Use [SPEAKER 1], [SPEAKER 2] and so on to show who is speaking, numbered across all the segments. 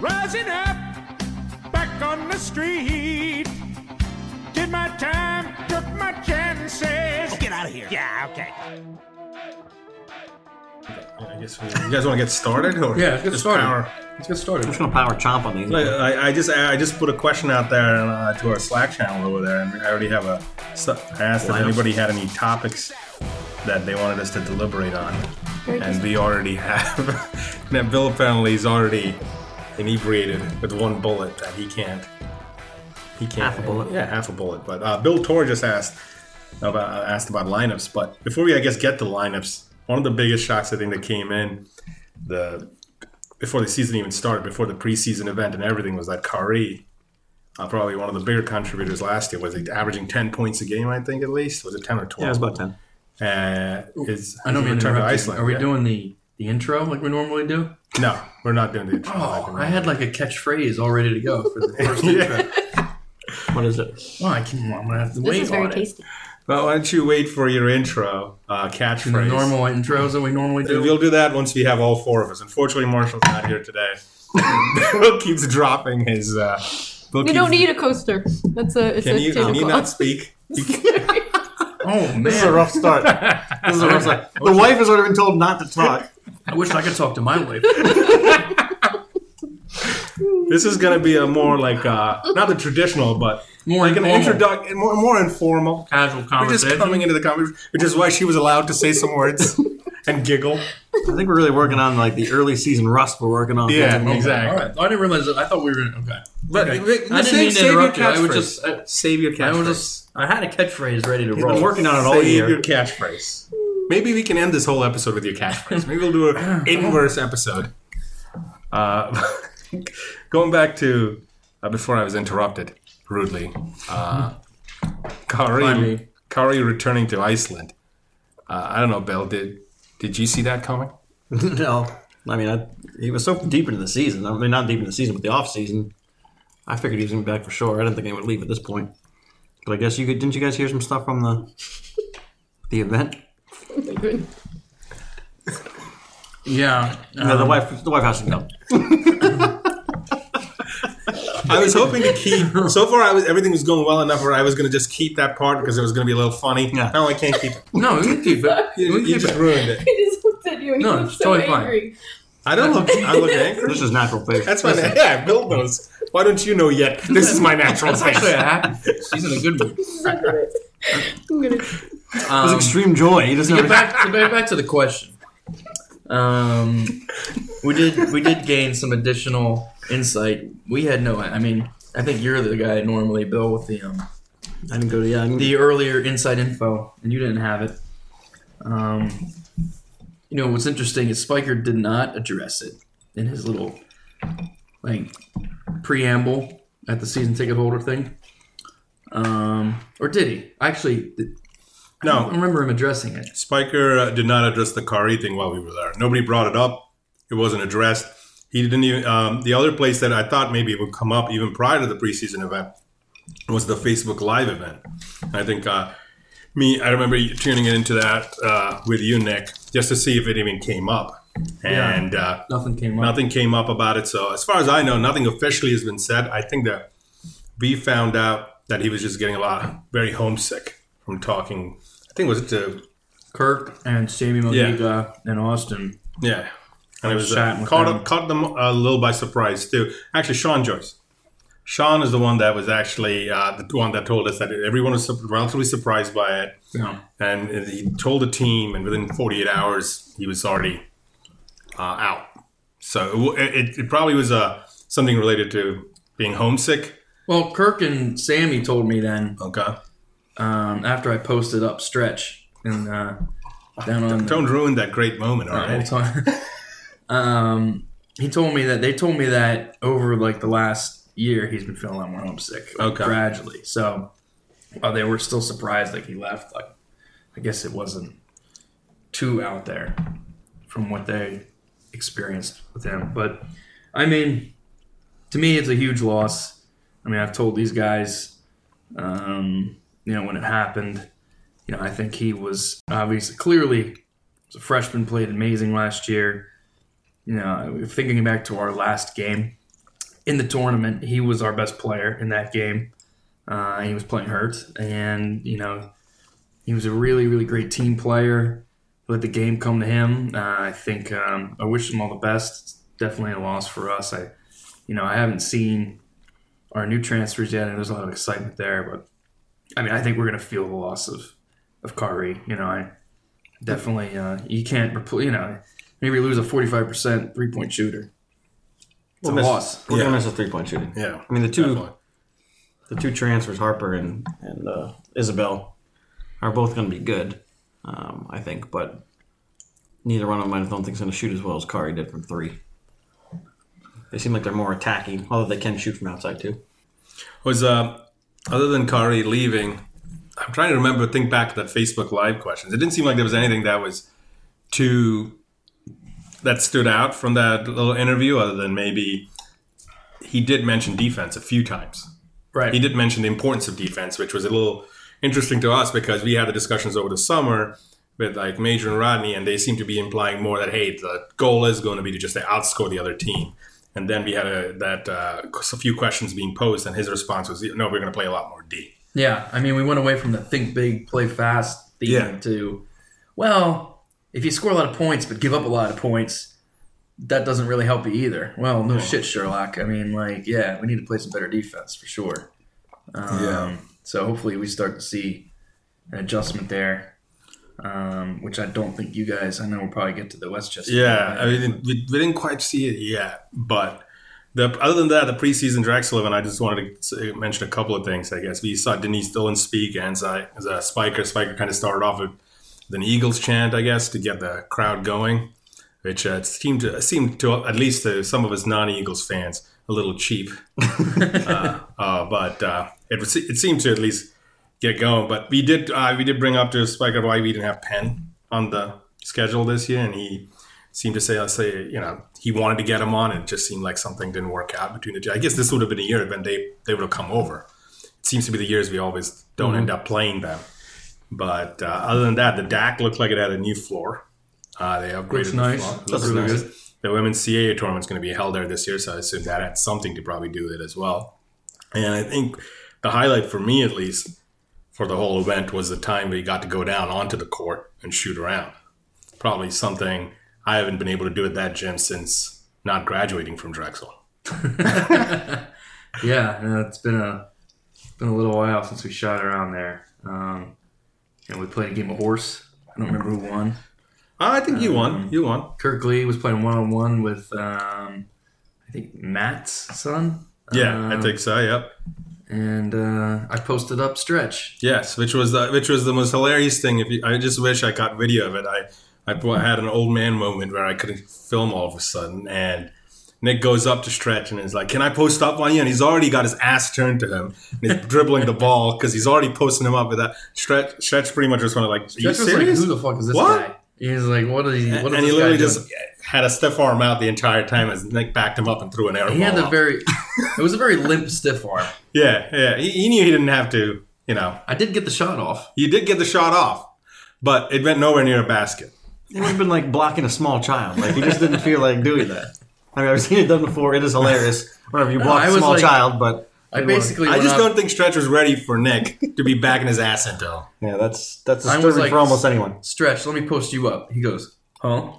[SPEAKER 1] Rising up, back on the street. Did my time, took my chances.
[SPEAKER 2] Get out of here.
[SPEAKER 1] Yeah, okay.
[SPEAKER 3] I guess we, you guys want to get started or
[SPEAKER 4] Yeah, let's get
[SPEAKER 3] just
[SPEAKER 4] started.
[SPEAKER 3] power-
[SPEAKER 4] Let's get
[SPEAKER 2] I'm
[SPEAKER 4] started.
[SPEAKER 2] just gonna power chomp on these.
[SPEAKER 3] Like, I, I just I just put a question out there uh, to our Slack channel over there, and I already have a. So I asked if
[SPEAKER 2] Lineups.
[SPEAKER 3] anybody had any topics that they wanted us to deliberate on, and we already have. now Bill apparently is already inebriated with one bullet that he can't. He can't.
[SPEAKER 2] Half a bullet.
[SPEAKER 3] Yeah, half a bullet. But uh, Bill Tor just asked about asked about lineups. But before we, I guess, get to lineups, one of the biggest shocks I think that came in the before the season even started, before the preseason event and everything, was that Curry, uh, probably one of the bigger contributors last year, was he averaging ten points a game? I think at least was it ten or
[SPEAKER 2] Yeah, it was
[SPEAKER 3] twelve?
[SPEAKER 2] about ten.
[SPEAKER 3] uh, is
[SPEAKER 4] I know
[SPEAKER 3] his return
[SPEAKER 4] we
[SPEAKER 3] to
[SPEAKER 4] interrupted.
[SPEAKER 3] Iceland.
[SPEAKER 4] Are we
[SPEAKER 3] yeah.
[SPEAKER 4] doing the the intro like we normally do?
[SPEAKER 3] No, we're not doing the.
[SPEAKER 4] Oh, I had like a catchphrase all ready to go for the first
[SPEAKER 3] Yeah.
[SPEAKER 4] intro.
[SPEAKER 2] What is it?
[SPEAKER 4] Oh, I can, I'm gonna have to
[SPEAKER 5] This
[SPEAKER 4] wait
[SPEAKER 5] is very
[SPEAKER 4] on it.
[SPEAKER 5] tasty.
[SPEAKER 3] Well, why don't you wait for your intro uh, catchphrase?
[SPEAKER 4] The normal intros that we normally do.
[SPEAKER 3] We'll do that once we have all four of us. Unfortunately, Marshall's not here today. Bill keeps dropping his. Uh, Bill
[SPEAKER 5] You don't
[SPEAKER 3] keeps-
[SPEAKER 5] need a coaster. That's a. It's
[SPEAKER 3] Can
[SPEAKER 5] a
[SPEAKER 3] you,
[SPEAKER 5] table
[SPEAKER 3] can you not
[SPEAKER 5] cloth.
[SPEAKER 3] speak? You can-
[SPEAKER 4] Oh man,
[SPEAKER 2] This is a rough start. This is a rough start. The wife has already been told not to talk.
[SPEAKER 4] I wish I could talk to my wife.
[SPEAKER 3] This is gonna be a more like uh, not the traditional, but
[SPEAKER 4] More
[SPEAKER 3] like an
[SPEAKER 4] informal.
[SPEAKER 3] introduc- more, more informal.
[SPEAKER 4] Casual
[SPEAKER 3] We're just
[SPEAKER 4] conversation.
[SPEAKER 3] coming into the conversation, which is why she was allowed to say some words and giggle.
[SPEAKER 2] I think we're really working on like the early season rust. We're working on.
[SPEAKER 3] Yeah,
[SPEAKER 2] Okay.
[SPEAKER 3] exactly.
[SPEAKER 4] All right. Oh, I didn't realize. That. I thought we were in, okay.
[SPEAKER 3] But
[SPEAKER 4] Okay.
[SPEAKER 3] but-
[SPEAKER 4] I didn't
[SPEAKER 3] save,
[SPEAKER 4] mean to
[SPEAKER 3] save your
[SPEAKER 4] interrupt you. I
[SPEAKER 3] catchphrase.
[SPEAKER 4] was just. I,
[SPEAKER 3] save your
[SPEAKER 4] I
[SPEAKER 3] catchphrase.
[SPEAKER 4] was just. I had a catchphrase ready to
[SPEAKER 2] We've been
[SPEAKER 4] roll.
[SPEAKER 2] working on it all
[SPEAKER 3] save
[SPEAKER 2] year.
[SPEAKER 3] your catchphrase. Maybe we can end this whole episode with your catchphrase. Maybe we'll do an inverse episode. Uh, going back to uh, before I was interrupted rudely, uh,
[SPEAKER 4] By
[SPEAKER 3] Kari,
[SPEAKER 4] me.
[SPEAKER 3] Kari returning to Iceland. Uh, I don't know, Bill. Did did you see that coming?
[SPEAKER 2] no, I mean, I, he was so deep into the season. I mean, not deep into the season, but the off season. I figured he was going to be back for sure. I didn't think he would leave at this point. But I guess you could. Didn't you guys hear some stuff from the the event?
[SPEAKER 4] Yeah.
[SPEAKER 2] No, the
[SPEAKER 4] um,
[SPEAKER 2] wife. The wife has to go.
[SPEAKER 3] I was hoping to keep. So far, I was everything was going well enough where I was going to just keep that part because it was going to be a little funny.
[SPEAKER 2] Yeah.
[SPEAKER 3] Now I can't keep it.
[SPEAKER 4] No, we can keep it. We
[SPEAKER 3] You,
[SPEAKER 4] can
[SPEAKER 3] you
[SPEAKER 4] keep
[SPEAKER 3] just
[SPEAKER 4] it.
[SPEAKER 3] ruined it.
[SPEAKER 5] He just looked at you and
[SPEAKER 4] No,
[SPEAKER 5] he
[SPEAKER 4] it's
[SPEAKER 5] looked so
[SPEAKER 4] totally fine.
[SPEAKER 5] angry.
[SPEAKER 3] I don't look. I look angry.
[SPEAKER 2] This is natural face.
[SPEAKER 3] That's my yeah. Bill knows. Why don't you know yet? This is my natural
[SPEAKER 4] That's actually
[SPEAKER 3] face.
[SPEAKER 4] a happy. face. She's in a good mood.
[SPEAKER 5] I'm gonna.
[SPEAKER 2] It was
[SPEAKER 4] Um,
[SPEAKER 2] extreme joy. He doesn't
[SPEAKER 4] to get
[SPEAKER 2] have
[SPEAKER 4] back to get back to the question. Um, we did we did gain some additional insight. We had no. I mean, I think you're the guy normally, Bill, with the um,
[SPEAKER 2] I didn't go to. Yeah, I didn't,
[SPEAKER 4] the earlier inside info, and you didn't have it. Um, you know what's interesting is Spiker did not address it in his little like preamble at the season ticket holder thing. Um, or did he? Actually, th- I don't
[SPEAKER 3] No,
[SPEAKER 4] remember him addressing it.
[SPEAKER 3] Spiker uh, did not address the Kari thing while we were there. Nobody brought it up. It wasn't addressed. He didn't even. Um, the other place that I thought maybe it would come up even prior to the preseason event was the Facebook Live event. I think uh, me. I remember tuning into that uh, with you, Nick, just to see if it even came up. And uh,
[SPEAKER 4] Nothing came up.
[SPEAKER 3] Nothing came up about it. So, as far as I know, nothing officially has been said. I think that B found out that he was just getting a lot very homesick from talking. I think was it to
[SPEAKER 4] Kirk and Sammy Maliga and Austin.
[SPEAKER 3] yeah, and it was
[SPEAKER 4] Chatting
[SPEAKER 3] uh,
[SPEAKER 4] with
[SPEAKER 3] caught
[SPEAKER 4] him.
[SPEAKER 3] up, caught them a little by surprise too. Actually, Sean Joyce. Sean is the one that was actually uh, the one that told us that everyone was sup- relatively surprised by it,
[SPEAKER 4] Yeah.
[SPEAKER 3] and he told the team, and within 48 hours, he was already uh, out. So it, w- it, it probably was uh, something related to being homesick.
[SPEAKER 4] Well, Kirk and Sammy told me then
[SPEAKER 3] Okay,
[SPEAKER 4] um, after I posted up stretch and uh, down on
[SPEAKER 3] don't ruin that great moment. All
[SPEAKER 4] the whole
[SPEAKER 3] right,
[SPEAKER 4] time. um, he told me that they told me that over like the last year he's been feeling more homesick like,
[SPEAKER 3] Okay.
[SPEAKER 4] gradually. So while they were still surprised like he left, like I guess it wasn't too out there from what they experienced with him. But I mean, to me, it's a huge loss. I mean, I've told these guys, um, you know, when it happened, you know, I think he was obviously clearly was a freshman, played amazing last year. You know, thinking back to our last game in the tournament, he was our best player in that game. Uh, he was playing hurt, and you know, he was a really, really great team player. Let the game come to him. Uh, I think um, I wish him all the best. It's definitely a loss for us. I, you know, I haven't seen our new transfers yet, and there's a lot of excitement there. But I mean, I think we're gonna feel the loss of of Kari. You know, I definitely uh, you can't repl- you know maybe lose a 45% three point shooter. It's a
[SPEAKER 2] miss-
[SPEAKER 4] loss.
[SPEAKER 2] We're
[SPEAKER 3] Yeah.
[SPEAKER 2] gonna miss a three point shooting.
[SPEAKER 3] Yeah.
[SPEAKER 2] I mean the two
[SPEAKER 3] Definitely.
[SPEAKER 2] the two transfers, Harper and and uh, Isabel, are both going to be good, um, I think. But neither one of them, I don't think, is going to shoot as well as Kari did from three. They seem like they're more attacking, although they can shoot from outside too.
[SPEAKER 3] Was uh, other than Kari leaving, I'm trying to remember. Think back to that Facebook Live questions. It didn't seem like there was anything that was too that stood out from that little interview, other than maybe he did mention defense a few times.
[SPEAKER 4] Right.
[SPEAKER 3] He did mention the importance of defense, which was a little interesting to us because we had the discussions over the summer with like Major and Rodney, and they seemed to be implying more that hey, the goal is going to be to just outscore the other team. And then we had a, that uh, a few questions being posed, and his response was, "No, we're going to play a lot more D."
[SPEAKER 4] Yeah, I mean, we went away from the think big, play fast theme
[SPEAKER 3] Yeah.
[SPEAKER 4] to, well, if you score a lot of points but give up a lot of points, that doesn't really help you either. Well, no shit, Sherlock. I mean, like, yeah, we need to play some better defense for sure. Um,
[SPEAKER 3] Yeah.
[SPEAKER 4] So hopefully we start to see an adjustment there, um, which I don't think you guys. I know we'll probably get to the Westchester.
[SPEAKER 3] Yeah, I mean, we, we didn't quite see it yet, but the other than that, the preseason Drake Sullivan. I just wanted to say, mention a couple of things. I guess we saw Denise Dillon speak, and uh, as a Spiker, Spiker kind of started off with an Eagles chant, I guess, to get the crowd going, which uh, seemed to seemed to at least to some of us non-Eagles fans a little cheap, uh, uh, but uh, it was, it seemed to at least get going. But we did uh, we did bring up to Spiker why we didn't have Penn on the schedule this year, and he seemed to say, I say, you know, he wanted to get him on, and it just seemed like something didn't work out between the two. I guess this would have been a year when they they would have come over. It seems to be the years we always don't
[SPEAKER 4] Mm-hmm.
[SPEAKER 3] end up playing them. But uh, other than that, the DAC looked like it had a new floor. Uh, they upgraded
[SPEAKER 4] Looks
[SPEAKER 3] the
[SPEAKER 4] nice.
[SPEAKER 3] floor.
[SPEAKER 4] Looks really
[SPEAKER 3] nice.
[SPEAKER 4] good.
[SPEAKER 3] The women's CAA tournament's going to be held there this year, so I assume that had something to probably do with it as well. And I think the highlight for me, at least, for the whole event was the time we got to go down onto the court and shoot around probably something I haven't been able to do at that gym since not graduating from Drexel.
[SPEAKER 4] Yeah, no, it's been a it's been a little while since we shot around there. Um, and we played a game of horse. I don't remember who won.
[SPEAKER 3] I think you won. You won.
[SPEAKER 4] Kirk Lee was playing one on one with um, I think Matt's son.
[SPEAKER 3] Yeah, I
[SPEAKER 4] Um,
[SPEAKER 3] think so. Yep.
[SPEAKER 4] And uh, I posted up stretch.
[SPEAKER 3] Yes, which was the which was the most hilarious thing. If you, I just wish I got video of it. I I po- had an old man moment where I couldn't film all of a sudden, and Nick goes up to stretch and is like, "Can I post up on you?" And he's already got his ass turned to him, and he's dribbling the ball because he's already posting him up with that stretch. Stretch pretty much just went like, "Are you
[SPEAKER 4] Stretch was like,
[SPEAKER 3] serious?"
[SPEAKER 4] who the fuck is this
[SPEAKER 3] What?
[SPEAKER 4] guy? He's like, what is he? What is
[SPEAKER 3] and he
[SPEAKER 4] this
[SPEAKER 3] literally
[SPEAKER 4] guy doing?
[SPEAKER 3] just had a stiff arm out the entire time as Nick backed him up and threw an air
[SPEAKER 4] He
[SPEAKER 3] ball.
[SPEAKER 4] had a
[SPEAKER 3] up.
[SPEAKER 4] very. it was a very limp stiff arm.
[SPEAKER 3] yeah, yeah. He, he knew he didn't have to. You know,
[SPEAKER 4] I did get the shot off.
[SPEAKER 3] he did get the shot off, but it went nowhere near a basket.
[SPEAKER 2] It would have been like blocking a small child. Like he just didn't feel like doing that. I mean, I've seen it done before. It is hilarious whenever you block
[SPEAKER 4] I
[SPEAKER 2] a
[SPEAKER 4] was
[SPEAKER 2] small
[SPEAKER 4] like-
[SPEAKER 2] child, but
[SPEAKER 4] I basically.
[SPEAKER 3] I
[SPEAKER 4] went
[SPEAKER 3] just
[SPEAKER 4] up-
[SPEAKER 3] don't think Stretch was ready for Nick to be backing his ass into him.
[SPEAKER 2] yeah, that's that's
[SPEAKER 4] I was
[SPEAKER 2] disturbing
[SPEAKER 4] like-
[SPEAKER 2] for almost anyone.
[SPEAKER 4] Stretch, let me post you up. He goes, huh?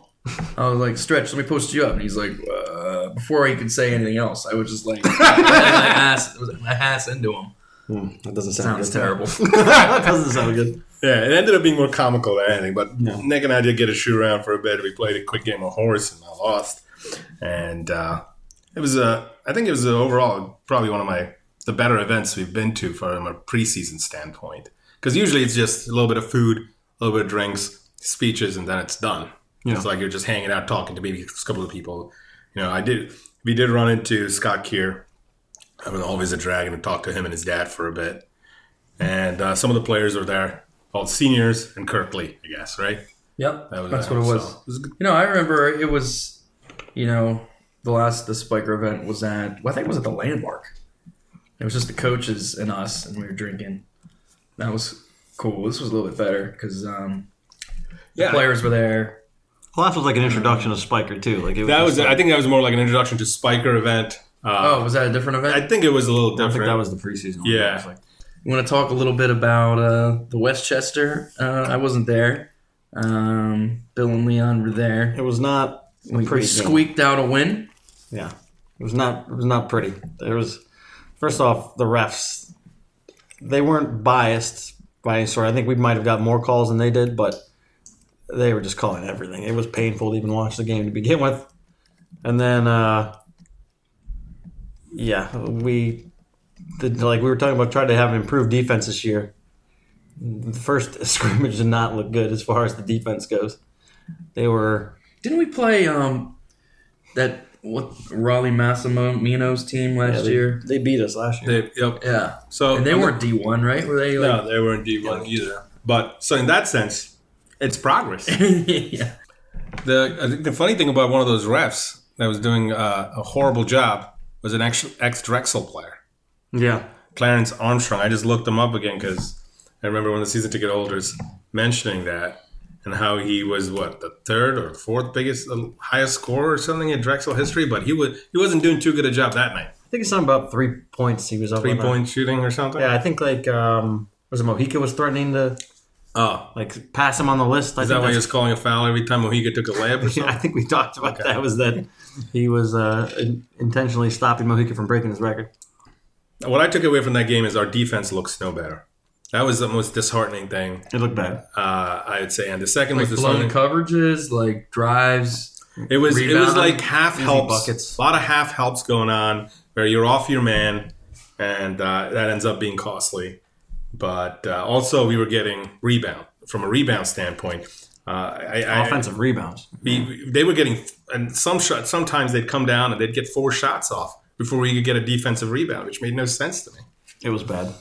[SPEAKER 4] I was like, Stretch, let me post you up. And he's like, uh, before he could say anything else, I was just like, my ass, my ass into him.
[SPEAKER 2] That doesn't sound
[SPEAKER 4] Sounds
[SPEAKER 2] good.
[SPEAKER 4] terrible.
[SPEAKER 2] that doesn't sound good.
[SPEAKER 3] Yeah, it ended up being more comical than anything. But
[SPEAKER 2] No.
[SPEAKER 3] Nick and I did get a shoot around for a bit. We played a quick game of horse, and I lost. And uh, it was a, I think it was a, overall probably one of my the better events we've been to from a preseason standpoint. Because usually it's just a little bit of food, a little bit of drinks, speeches, and then it's done.
[SPEAKER 2] Yeah.
[SPEAKER 3] It's like you're just hanging out, talking to maybe a couple of people. You know, I did. We did run into Scott Keir. I was always a dragon to talk to him and his dad for a bit and uh, some of the players were there, called seniors and Kirkley, I guess, right?
[SPEAKER 4] yep.
[SPEAKER 3] That was-
[SPEAKER 4] That's what it was.
[SPEAKER 3] so- it was a good-
[SPEAKER 4] You know, I remember it was, you know, the last the Spiker event was at, well, I think it was at the Landmark. It was just the coaches and us, and we were drinking. That was cool. This was a little bit better because um,
[SPEAKER 3] yeah,
[SPEAKER 4] players were there.
[SPEAKER 2] Well, that was like an introduction to Spiker too. Like it
[SPEAKER 3] that was.
[SPEAKER 2] just like-
[SPEAKER 3] I think that was more like an introduction to Spiker event.
[SPEAKER 4] Oh, was that a different event?
[SPEAKER 3] Uh, I think it was a little
[SPEAKER 2] I
[SPEAKER 3] different.
[SPEAKER 2] think that was the preseason. one.
[SPEAKER 3] Yeah.
[SPEAKER 2] It was like-
[SPEAKER 4] You want to talk a little bit about uh, the Westchester? Uh, I wasn't there. Um, Bill and Leon were there.
[SPEAKER 2] it was not a
[SPEAKER 4] We, we
[SPEAKER 2] pretty game.
[SPEAKER 4] squeaked out a win.
[SPEAKER 2] Yeah, it was not. It was not pretty. There was, first off, the refs. They weren't biased by any sort. I think we might have got more calls than they did, but they were just calling everything. It was painful to even watch the game to begin with, and then, uh, yeah, we did, like we were talking about trying to have an improved defense this year. The first scrimmage did not look good as far as the defense goes. They were
[SPEAKER 4] Didn't we play um, that what Raleigh Massimino's team last
[SPEAKER 2] they,
[SPEAKER 4] year?
[SPEAKER 2] they beat us last year.
[SPEAKER 3] They, yep.
[SPEAKER 4] Yeah,
[SPEAKER 3] So
[SPEAKER 4] Oh, and they weren't D one, right? Were they? Like,
[SPEAKER 3] No, they weren't D one either. But so in that sense, it's progress.
[SPEAKER 4] yeah.
[SPEAKER 3] the I think the funny thing about one of those refs that was doing uh, a horrible job was an ex Drexel player,
[SPEAKER 2] yeah.
[SPEAKER 3] Clarence Armstrong. I just looked him up again because I remember one of the season ticket holders mentioning that and how he was what the third or fourth biggest uh, highest scorer or something in Drexel history, but he was he wasn't doing too good a job that night.
[SPEAKER 2] I think it's something about three points he was up
[SPEAKER 3] Three
[SPEAKER 2] on that.
[SPEAKER 3] point shooting or something.
[SPEAKER 2] Yeah, I think like um was it Mojica was threatening to
[SPEAKER 3] Oh,
[SPEAKER 2] like pass him on the list. I
[SPEAKER 3] is
[SPEAKER 2] think
[SPEAKER 3] that why he
[SPEAKER 2] that's-
[SPEAKER 3] was calling a foul every time Mojica took a layup or
[SPEAKER 2] I
[SPEAKER 3] something?
[SPEAKER 2] think we talked about that was that he was uh, in- intentionally stopping Mojica from breaking his record.
[SPEAKER 3] What I took away from that game is our defense looks no better. That was the most disheartening thing
[SPEAKER 2] It looked bad.
[SPEAKER 3] uh, I would say, and the second
[SPEAKER 4] Like
[SPEAKER 3] was
[SPEAKER 4] blown
[SPEAKER 3] disheartening.
[SPEAKER 4] coverages, like drives.
[SPEAKER 3] It was it was
[SPEAKER 4] Rebound.
[SPEAKER 3] like half helps,
[SPEAKER 2] buckets.
[SPEAKER 3] a lot of half helps going on where you're off your man, and uh, that ends up being costly. But uh, also, we were getting rebound from a rebound standpoint. Uh, I, I,
[SPEAKER 2] Offensive rebounds.
[SPEAKER 3] we, they were getting and some shots. Sometimes they'd come down and they'd get four shots off before we could get a defensive rebound, which made no sense to me.
[SPEAKER 2] It was bad.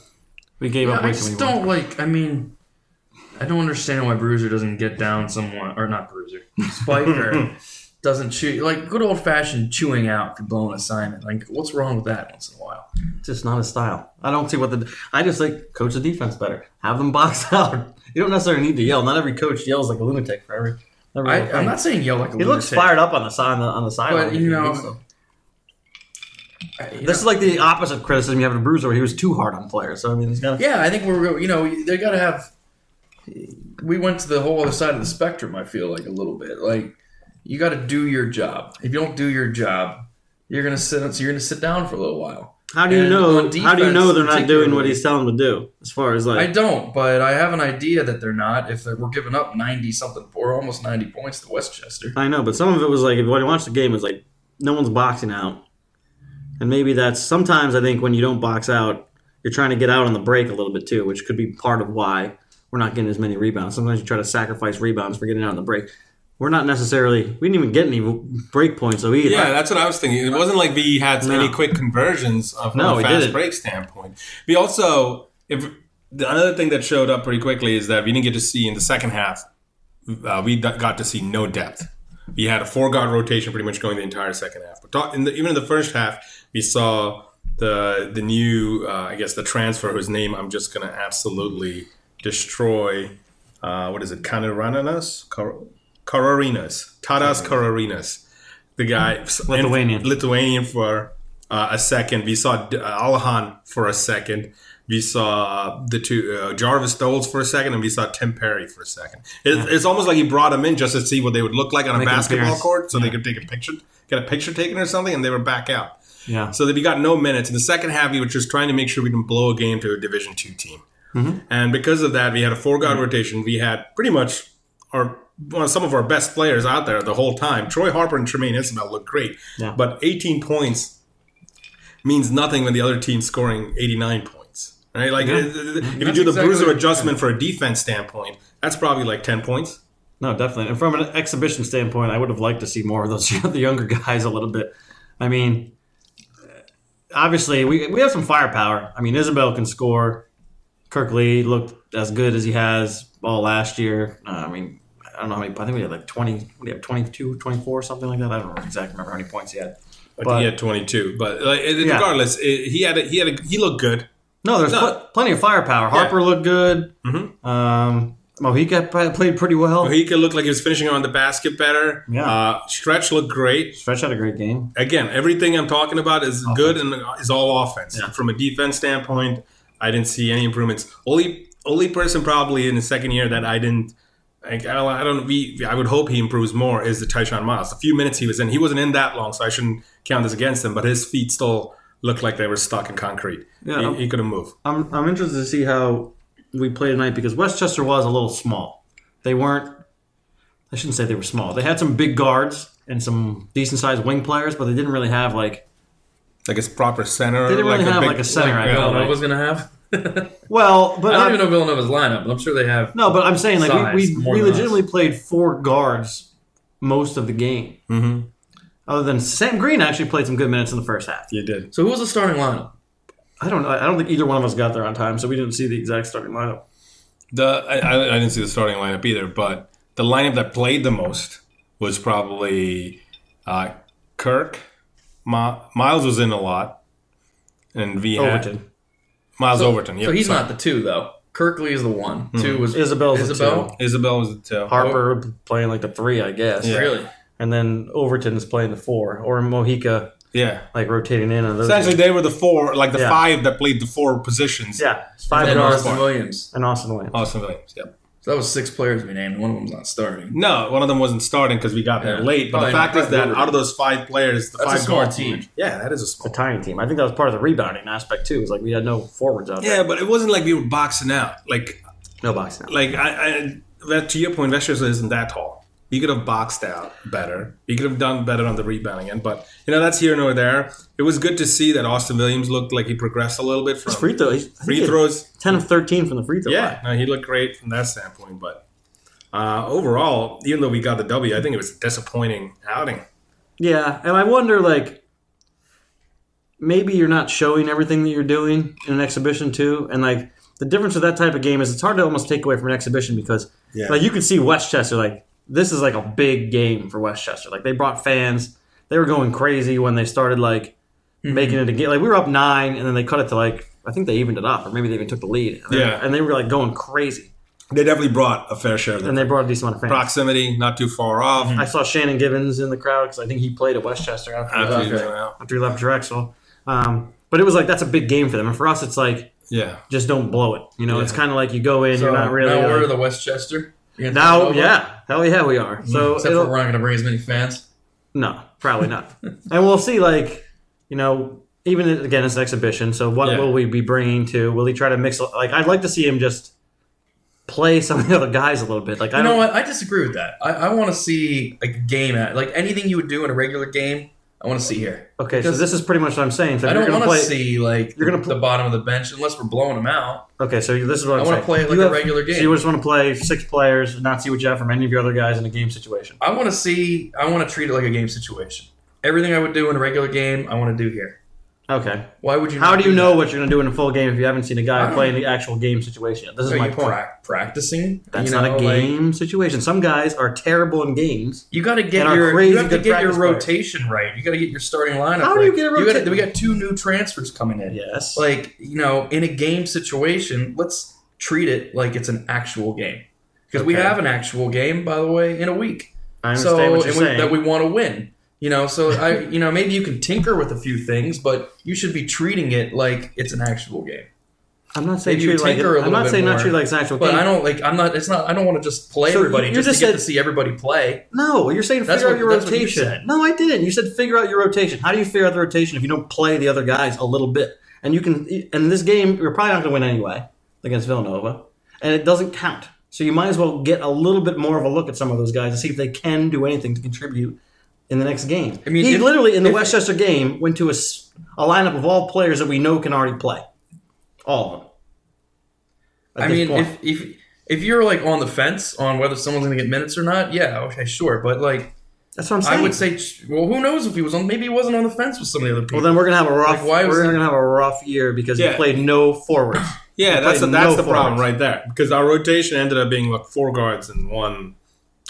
[SPEAKER 2] We gave up
[SPEAKER 4] I
[SPEAKER 2] way too many.
[SPEAKER 4] just
[SPEAKER 2] points.
[SPEAKER 4] don't like. I mean, I don't understand why Bruiser doesn't get down someone or not Bruiser Spiker doesn't chew like good old fashioned chewing out could blow an assignment. Like, what's wrong with that once in a while?
[SPEAKER 2] It's just not his style. I don't see what the. I just like coach the defense better. Have them box out. You don't necessarily need to yell. Not every coach yells like a lunatic for every. every
[SPEAKER 4] I,
[SPEAKER 2] little
[SPEAKER 4] I'm
[SPEAKER 2] thing.
[SPEAKER 4] not saying yell like a
[SPEAKER 2] He looks fired up on the side on the, on the sideline.
[SPEAKER 4] you know-
[SPEAKER 2] He thinks so. This is like the opposite criticism you have of Bruiser. where He was too hard on players. So I mean, he's got
[SPEAKER 4] yeah, I think we're you know they got to have. We went to the whole other side of the spectrum. I feel like a little bit like you got to do your job. If you don't do your job, you're gonna sit. So you're gonna sit down for a little while.
[SPEAKER 2] How do you
[SPEAKER 4] And
[SPEAKER 2] know?
[SPEAKER 4] on
[SPEAKER 2] how do you
[SPEAKER 4] defense
[SPEAKER 2] know they're not doing what
[SPEAKER 4] particularly-
[SPEAKER 2] he's telling them to do? As far as
[SPEAKER 4] I
[SPEAKER 2] like,
[SPEAKER 4] don't, but I have an idea that they're not. If they we're giving up ninety something or almost ninety points to Westchester,
[SPEAKER 2] I, know, but some of it was like when I watched the game, it was like no one's boxing out, and maybe that's sometimes I think when you don't box out, you're trying to get out on the break a little bit too, which could be part of why we're not getting as many rebounds. Sometimes you try to sacrifice rebounds for getting out on the break. We're not necessarily. We didn't even get any break points though either.
[SPEAKER 3] Yeah, that's what I was thinking. It wasn't like we had
[SPEAKER 2] No.
[SPEAKER 3] any quick conversions uh, from
[SPEAKER 2] No,
[SPEAKER 3] a
[SPEAKER 2] we
[SPEAKER 3] fast
[SPEAKER 2] didn't.
[SPEAKER 3] break standpoint. We also, if the, another thing that showed up pretty quickly is that we didn't get to see in the second half. Uh, we d- got to see no depth. We had a four guard rotation pretty much going the entire second half. But talk, in the, even in the first half, we saw the the new, uh, I guess, the transfer whose name I'm just going to absolutely destroy. Uh, what is it? Canarananas? Car- Kararinas. Tadas Kararinas. The guy.
[SPEAKER 2] Mm. Lithuanian.
[SPEAKER 3] Lithuanian for uh, a second. We saw D- uh, Alhan for a second. We saw uh, the two uh, Jarvis Doles for a second, and we saw Tim Perry for a second. It, It's almost like he brought them in just to see what they would look like on a
[SPEAKER 2] Make an
[SPEAKER 3] basketball
[SPEAKER 2] appearance.
[SPEAKER 3] court, so they could take a picture, get a picture taken or something, and they were back out.
[SPEAKER 2] yeah.
[SPEAKER 3] So that we got no minutes. In the second half, we were just trying to make sure we didn't blow a game to a Division two team.
[SPEAKER 2] Mm-hmm.
[SPEAKER 3] And because of that, we had a four guard rotation. We had pretty much our well, some of our best players out there the whole time. Troy Harper and Tremaine Ismail looked great,
[SPEAKER 2] Yeah.
[SPEAKER 3] but 18 points means nothing when the other team's scoring 89 points. Right? Like if you do the
[SPEAKER 4] exactly-
[SPEAKER 3] bruiser adjustment for a defense standpoint, that's probably like 10 points.
[SPEAKER 2] No, definitely. And from an exhibition standpoint, I would have liked to see more of those the younger guys a little bit. I mean, obviously we we have some firepower. I mean, Isabel can score. Kirkley looked as good as he has all last year. Uh, I mean, I don't know how many. I think we had like twenty. What do you have? 22, 24, something like that. I don't exactly remember how many points he had.
[SPEAKER 3] Like
[SPEAKER 2] But-
[SPEAKER 3] he had 22, but like, it-
[SPEAKER 2] Yeah.
[SPEAKER 3] regardless, it, he had a, he had a, he looked good.
[SPEAKER 2] No, there's
[SPEAKER 3] No.
[SPEAKER 2] pl- plenty of firepower. Harper looked good. Um, Mojica pa- played pretty well.
[SPEAKER 3] Mojica looked like he was finishing on the basket better.
[SPEAKER 2] Yeah.
[SPEAKER 3] Uh, Stretch looked great.
[SPEAKER 2] Stretch had a great game.
[SPEAKER 3] Again, everything I'm talking about is good and is all offense.
[SPEAKER 2] Yeah.
[SPEAKER 3] From a defense standpoint, I didn't see any improvements. Only only person probably in the second year that I didn't. Like, I don't. I don't. We. I would hope he improves more. Is the Tyshawn Miles? The few minutes he was in, he wasn't in that long, so I shouldn't count this against him. But his feet still looked like they were stuck in concrete.
[SPEAKER 2] Yeah.
[SPEAKER 3] He, he couldn't move.
[SPEAKER 2] I'm, I'm interested to see how we play tonight because Westchester was a little small. They weren't. I shouldn't say they were small. They had some big guards and some decent sized wing players, but they didn't really have like.
[SPEAKER 3] Like his proper center.
[SPEAKER 2] They didn't really
[SPEAKER 3] a
[SPEAKER 2] have
[SPEAKER 3] big-
[SPEAKER 2] like a center. I felt like.
[SPEAKER 4] Villanova's gonna have.
[SPEAKER 2] well, but
[SPEAKER 4] uh, I don't
[SPEAKER 2] I'm-
[SPEAKER 4] even know Villanova's lineup, but I'm sure they have.
[SPEAKER 2] No, but I'm saying like
[SPEAKER 4] Size,
[SPEAKER 2] we, we,
[SPEAKER 4] more
[SPEAKER 2] we
[SPEAKER 4] than
[SPEAKER 2] legitimately played four guards most of the game. Mm-hmm. Other than Sam Green actually played some good minutes in the first half.
[SPEAKER 3] You did.
[SPEAKER 4] So who was the starting lineup?
[SPEAKER 2] I don't know. I don't think either one of us got there on time, so we didn't see the exact starting lineup.
[SPEAKER 3] The I, I I didn't see the starting lineup either, but the lineup that played the most was probably uh, Kirk. Mi- Miles was in a lot, and V had-
[SPEAKER 2] Overton.
[SPEAKER 3] Miles Overton. Yeah,
[SPEAKER 4] So he's not the two though. Kirkley is the one. Two was
[SPEAKER 2] Isabel's the
[SPEAKER 4] Isabel.
[SPEAKER 2] two.
[SPEAKER 3] Isabel was the two.
[SPEAKER 2] Harper
[SPEAKER 4] Oh.
[SPEAKER 2] playing like the three, I guess.
[SPEAKER 3] Yeah.
[SPEAKER 4] Really?
[SPEAKER 2] And then Overton is playing the four, or Mojica
[SPEAKER 3] Yeah,
[SPEAKER 2] like rotating in on those.
[SPEAKER 3] essentially they were the four, like the
[SPEAKER 2] Yeah.
[SPEAKER 3] five that played the four positions. Oh,
[SPEAKER 2] yeah, it's five
[SPEAKER 4] And
[SPEAKER 2] guards
[SPEAKER 4] Austin Williams.
[SPEAKER 2] and Austin Williams.
[SPEAKER 3] Austin Williams. Yep.
[SPEAKER 4] So that was six players we named. One of them's not starting.
[SPEAKER 3] No, one of them wasn't starting because we got there
[SPEAKER 4] Yeah.
[SPEAKER 3] late. But
[SPEAKER 4] Probably
[SPEAKER 3] the fact
[SPEAKER 4] not.
[SPEAKER 3] is that out of those five players, the
[SPEAKER 4] That's a
[SPEAKER 3] five
[SPEAKER 4] small
[SPEAKER 3] guard
[SPEAKER 4] team.
[SPEAKER 3] Yeah, that is a
[SPEAKER 2] It's
[SPEAKER 3] small.
[SPEAKER 2] a tiny team. I think that was part of the rebounding aspect too. Is like we had no forwards out
[SPEAKER 3] Yeah,
[SPEAKER 2] there.
[SPEAKER 3] but it wasn't like we were boxing out. Like
[SPEAKER 2] No box now.
[SPEAKER 3] like I, I that to your point, Vesters isn't that tall. He could have boxed out better. He could have done better on the rebounding end, but you know that's here nor there. It was good to see that Austin Williams looked like he progressed a little bit from
[SPEAKER 2] His free throw. he's- I think he
[SPEAKER 3] free
[SPEAKER 2] had
[SPEAKER 3] throws.
[SPEAKER 2] Ten of thirteen from the free throw.
[SPEAKER 3] Yeah, no, he looked great from that standpoint. But uh, overall, even though we got the W, I think it was a disappointing outing.
[SPEAKER 2] Yeah, and I wonder like maybe you're not showing everything that you're doing in an exhibition too, and like the difference with that type of game is it's hard to almost take away from an exhibition because
[SPEAKER 3] Yeah.
[SPEAKER 2] like you could see Westchester like this is like a big game for Westchester. Like they brought fans, they were going crazy when they started like making it a game. Like we were up nine, and then they cut it to like I think they evened it up, or maybe they even took the lead.
[SPEAKER 3] Yeah.
[SPEAKER 2] and they were like going crazy,
[SPEAKER 3] They definitely brought a fair share of
[SPEAKER 2] and
[SPEAKER 3] the
[SPEAKER 2] they Mm-hmm. brought a decent amount of fans.
[SPEAKER 3] proximity, not too far off.
[SPEAKER 2] I saw Shannon Givens in the crowd because I think he played at Westchester after
[SPEAKER 3] After you
[SPEAKER 4] Okay.
[SPEAKER 3] zone out.
[SPEAKER 2] after he left Drexel. Um, but it was like that's a big game for them, and for us, it's like
[SPEAKER 3] Yeah,
[SPEAKER 2] just don't blow it. You know, it's kind of like you go in,
[SPEAKER 4] So
[SPEAKER 2] you're not really
[SPEAKER 4] Now we're
[SPEAKER 2] like-
[SPEAKER 4] the Westchester. You're gonna
[SPEAKER 2] now,
[SPEAKER 4] take it over?
[SPEAKER 2] yeah, hell yeah, we are. So
[SPEAKER 4] Except for
[SPEAKER 2] it'll-
[SPEAKER 4] we're not going to bring as many fans.
[SPEAKER 2] no, probably not. and we'll see, like you know, even if- again, it's an exhibition. So what
[SPEAKER 3] Yeah.
[SPEAKER 2] will we be bringing to? Will he try to mix? Like I'd like to see him just play some of the other guys a little bit. Like I
[SPEAKER 4] You
[SPEAKER 2] don't.
[SPEAKER 4] know what? I disagree with that. I, I want to see like, a game at like anything you would do in a regular game. I want to see here.
[SPEAKER 2] Okay, so this is pretty much what I'm saying. So
[SPEAKER 4] I
[SPEAKER 2] you're
[SPEAKER 4] don't
[SPEAKER 2] gonna
[SPEAKER 4] want to
[SPEAKER 2] play-
[SPEAKER 4] see like
[SPEAKER 2] you're gonna
[SPEAKER 4] the bottom of the bench unless we're blowing them out.
[SPEAKER 2] Okay, so this is what I'm
[SPEAKER 4] I wanna
[SPEAKER 2] saying.
[SPEAKER 4] play it like
[SPEAKER 2] You
[SPEAKER 4] a regular
[SPEAKER 2] So
[SPEAKER 4] game.
[SPEAKER 2] you just want to play six players, and not see what you have from any of your other guys in a game situation.
[SPEAKER 4] I want to see. I want to treat it like a game situation. Everything I would do in a regular game, I want to do here.
[SPEAKER 2] Okay.
[SPEAKER 4] Why would you?
[SPEAKER 2] How
[SPEAKER 4] not
[SPEAKER 2] do you
[SPEAKER 4] that?
[SPEAKER 2] know what you're going to do in a full game if you haven't seen a
[SPEAKER 4] I
[SPEAKER 2] guy
[SPEAKER 4] don't-
[SPEAKER 2] play in the actual game situation? yet? This is
[SPEAKER 4] Are
[SPEAKER 2] my
[SPEAKER 4] you
[SPEAKER 2] point.
[SPEAKER 4] prac- practicing?
[SPEAKER 2] That's
[SPEAKER 4] You
[SPEAKER 2] not a
[SPEAKER 4] know, like,
[SPEAKER 2] game situation. Some guys are terrible in games.
[SPEAKER 4] You got to get
[SPEAKER 2] And are
[SPEAKER 4] your
[SPEAKER 2] crazy
[SPEAKER 4] you have to
[SPEAKER 2] good
[SPEAKER 4] get your
[SPEAKER 2] practice players.
[SPEAKER 4] rotation right. You got to get your starting lineup.
[SPEAKER 2] How do
[SPEAKER 4] right.
[SPEAKER 2] you get a
[SPEAKER 4] gotta-
[SPEAKER 2] rota-
[SPEAKER 4] we got two new transfers coming in.
[SPEAKER 2] Yes.
[SPEAKER 4] Like you know, in a game situation, let's treat it like it's an actual game because we
[SPEAKER 2] Okay.
[SPEAKER 4] have an actual game, by the way, in a week.
[SPEAKER 2] I understand
[SPEAKER 4] So
[SPEAKER 2] what you're
[SPEAKER 4] and we,
[SPEAKER 2] saying.
[SPEAKER 4] that we want to win. You know, so I you know maybe you can tinker with a few things, but you should be treating it like it's an actual game.
[SPEAKER 2] I'm not saying
[SPEAKER 4] Maybe you
[SPEAKER 2] treat it like
[SPEAKER 4] tinker a
[SPEAKER 2] I'm
[SPEAKER 4] little
[SPEAKER 2] not
[SPEAKER 4] bit
[SPEAKER 2] saying
[SPEAKER 4] more.
[SPEAKER 2] not treat it like it's an actual
[SPEAKER 4] But
[SPEAKER 2] game.
[SPEAKER 4] I don't like. I'm not. It's not. I don't want to just play
[SPEAKER 2] So
[SPEAKER 4] everybody
[SPEAKER 2] you
[SPEAKER 4] just,
[SPEAKER 2] just
[SPEAKER 4] to get
[SPEAKER 2] said-
[SPEAKER 4] to see everybody play.
[SPEAKER 2] no, you're saying
[SPEAKER 4] That's
[SPEAKER 2] figure
[SPEAKER 4] what-
[SPEAKER 2] out your
[SPEAKER 4] that's what you
[SPEAKER 2] rotation.
[SPEAKER 4] said.
[SPEAKER 2] No, I didn't. You said figure out your rotation. How do you figure out the rotation if you don't play the other guys a little bit? And you can and this game you're probably not going to win anyway against Villanova, and it doesn't count. So you might as well get a little bit more of a look at some of those guys and see if they can do anything to contribute in the next game. I
[SPEAKER 4] mean,
[SPEAKER 2] he
[SPEAKER 4] if-
[SPEAKER 2] literally in the
[SPEAKER 4] if-
[SPEAKER 2] Westchester game went to a, s- a lineup of all players that we know can already play, all of them. At
[SPEAKER 4] I
[SPEAKER 2] this
[SPEAKER 4] mean,
[SPEAKER 2] point.
[SPEAKER 4] if, if if you're like on the fence on whether someone's going to get minutes or not, yeah, okay, sure. But like,
[SPEAKER 2] that's what I'm saying.
[SPEAKER 4] I would say, well, who knows if he was on? Maybe he wasn't on the fence with some of the other people.
[SPEAKER 2] Well, then we're gonna have a rough.
[SPEAKER 4] Like, why was
[SPEAKER 2] we're
[SPEAKER 4] it-
[SPEAKER 2] gonna have a rough year because we
[SPEAKER 3] Yeah.
[SPEAKER 2] played no forwards.
[SPEAKER 3] Yeah, that's the,
[SPEAKER 2] played
[SPEAKER 3] that's
[SPEAKER 2] no
[SPEAKER 3] the problem
[SPEAKER 2] forwards.
[SPEAKER 3] right there because our rotation ended up being like four guards and one.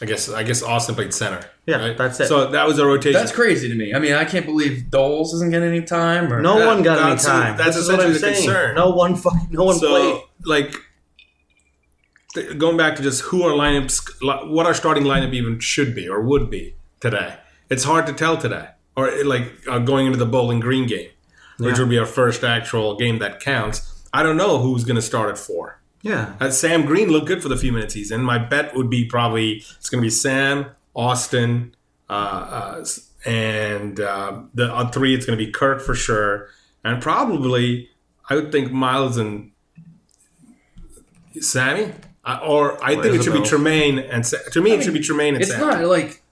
[SPEAKER 3] I guess I guess Austin played center.
[SPEAKER 2] Yeah,
[SPEAKER 3] right?
[SPEAKER 2] that's it.
[SPEAKER 3] So that was our rotation.
[SPEAKER 4] That's crazy to me. I mean, I can't believe Doles isn't getting any time. Or
[SPEAKER 2] No
[SPEAKER 3] That-
[SPEAKER 2] one got any
[SPEAKER 3] that's-
[SPEAKER 2] time.
[SPEAKER 3] that's
[SPEAKER 2] This is what
[SPEAKER 3] essentially
[SPEAKER 2] I'm
[SPEAKER 3] the
[SPEAKER 2] saying.
[SPEAKER 3] concern.
[SPEAKER 2] No one fucking. No one
[SPEAKER 3] so
[SPEAKER 2] played.
[SPEAKER 3] like th- going back to just who our lineups, li- what our starting lineup even should be or would be today. It's hard to tell today, or eh, like uh, going into the Bowling Green game, which would be our first actual game that counts. I don't know who's going to start at four.
[SPEAKER 2] Yeah.
[SPEAKER 3] Uh, Sam Green looked good for the few minutes he's in. My bet would be probably it's going to be Sam, Austin, uh, uh, s- and uh, the on three. It's going to be Kirk for sure, and probably I would think Miles and Sammy, I or I think it should be
[SPEAKER 2] Isabel.
[SPEAKER 3] Tremaine and Sa- to me it should be Tremaine and
[SPEAKER 4] It's
[SPEAKER 3] Sam.
[SPEAKER 4] not like